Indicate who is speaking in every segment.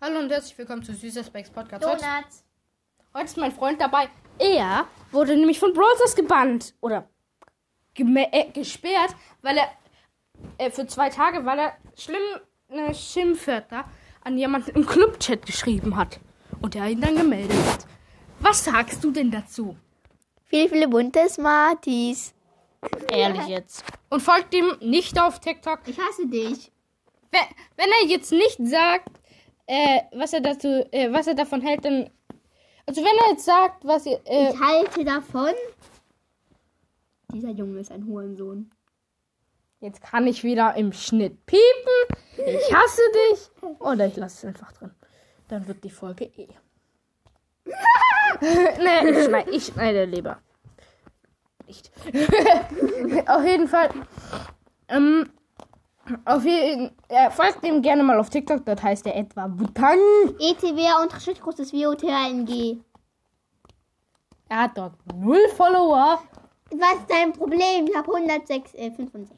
Speaker 1: Hallo und herzlich willkommen zu Süßer Specs Podcast. Heute,
Speaker 2: Donuts.
Speaker 1: heute ist mein Freund dabei. Er wurde nämlich von Browsers gebannt oder geme- äh, gesperrt, weil er äh, für zwei Tage, weil er schlimm äh, Schimpfwörter an jemanden im Clubchat geschrieben hat und er ihn dann gemeldet hat. Was sagst du denn dazu?
Speaker 2: Viele, viele bunte Smarties.
Speaker 3: Ehrlich jetzt.
Speaker 1: Und folgt ihm nicht auf TikTok.
Speaker 2: Ich hasse dich.
Speaker 1: Wenn, wenn er jetzt nicht sagt, äh, was er dazu, äh, was er davon hält, dann. Also wenn er jetzt sagt, was ihr. Äh,
Speaker 2: Ich halte davon. Dieser Junge ist ein Hurensohn.
Speaker 1: jetzt kann ich wieder im Schnitt piepen. Ich hasse dich. Oder ich lasse es einfach drin. Dann wird die Folge eh. nee, ich schneide, ich schneide lieber. Nicht. auf jeden Fall. Ähm, auf jeden äh, Folgt ihm gerne mal auf TikTok, dort heißt er etwa Butan.
Speaker 2: E ETW unterstrich großes WOTHNG.
Speaker 1: Er hat dort null Follower.
Speaker 2: Was ist dein Problem? Ich habe 106, äh, 65.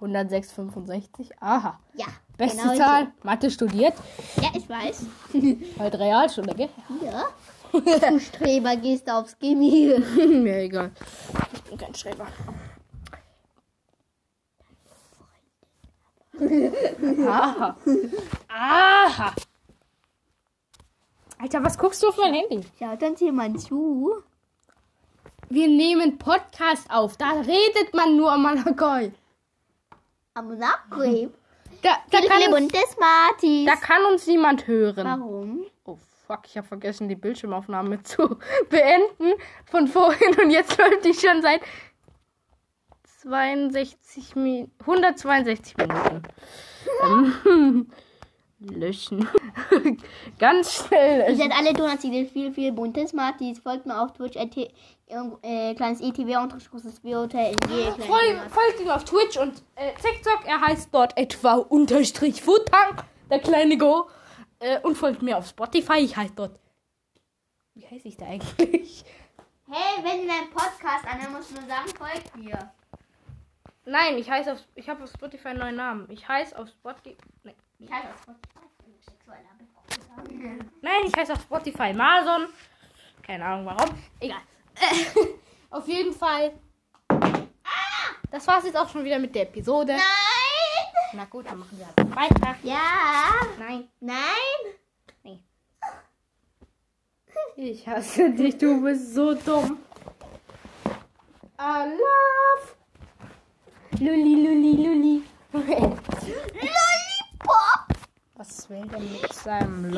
Speaker 1: 106,65. Aha.
Speaker 2: Ja.
Speaker 1: Beste
Speaker 2: genau
Speaker 1: Zahl. Mathe studiert.
Speaker 2: so. Ja, ich weiß.
Speaker 1: Halt Realschule, gell?
Speaker 2: Ja. Du Streber gehst aufs Gimmi.
Speaker 1: Mir egal. Ich bin kein Schreiber. Aha. Aha. Alter, was guckst du auf mein Handy?
Speaker 2: Schaut uns jemand zu.
Speaker 1: Wir nehmen Podcast auf. Da redet man nur am Malagoi.
Speaker 2: Am Nachgreb.
Speaker 1: Da, da,
Speaker 2: Viele, viele
Speaker 1: kann uns,
Speaker 2: bunte Smarties.
Speaker 1: Hm. da kann uns niemand hören.
Speaker 2: Warum?
Speaker 1: Oh fuck, ich habe vergessen, die Bildschirmaufnahme zu beenden von vorhin und jetzt läuft die schon seit 62 Min 162 Minuten. Ähm, Löschen. Ganz schnell
Speaker 2: Ihr
Speaker 1: löschen.
Speaker 2: seid alle Donuts, ihr seid viel, viel bunte Smarties. Folgt mir auf Twitch, at, äh, kleines ETW, unterstrich großes WOTHNG.
Speaker 1: Fol-
Speaker 2: kleines
Speaker 1: folgt ihm auf Twitch und äh, TikTok. Er heißt dort etwa unterstrich Futang, der kleine Go. Äh, und folgt mir auf Spotify. Ich heiße dort. Wie heiße ich da eigentlich?
Speaker 2: Hey, wenn ihr einen Podcast anhören musst, nur sagen, folgt mir.
Speaker 1: Nein, ich heiße auf. Ich habe auf Spotify einen neuen Namen. Ich heiße auf Spotify. Nee.
Speaker 2: Ich heiße auf Spotify. Sexueller Missbrauch.
Speaker 1: Nein, ich heiße auf Spotify Mason. Keine Ahnung warum. Egal. auf jeden Fall. Das war's jetzt auch schon wieder mit der Episode.
Speaker 2: Nein!
Speaker 1: Na gut, dann machen wir halt weiter.
Speaker 2: Ja!
Speaker 1: Nein,
Speaker 2: Nein!
Speaker 1: ich hasse dich. Du bist so dumm. I love. Lulli, lulli, lulli.
Speaker 2: Lollipop!
Speaker 1: Was will denn mit seinem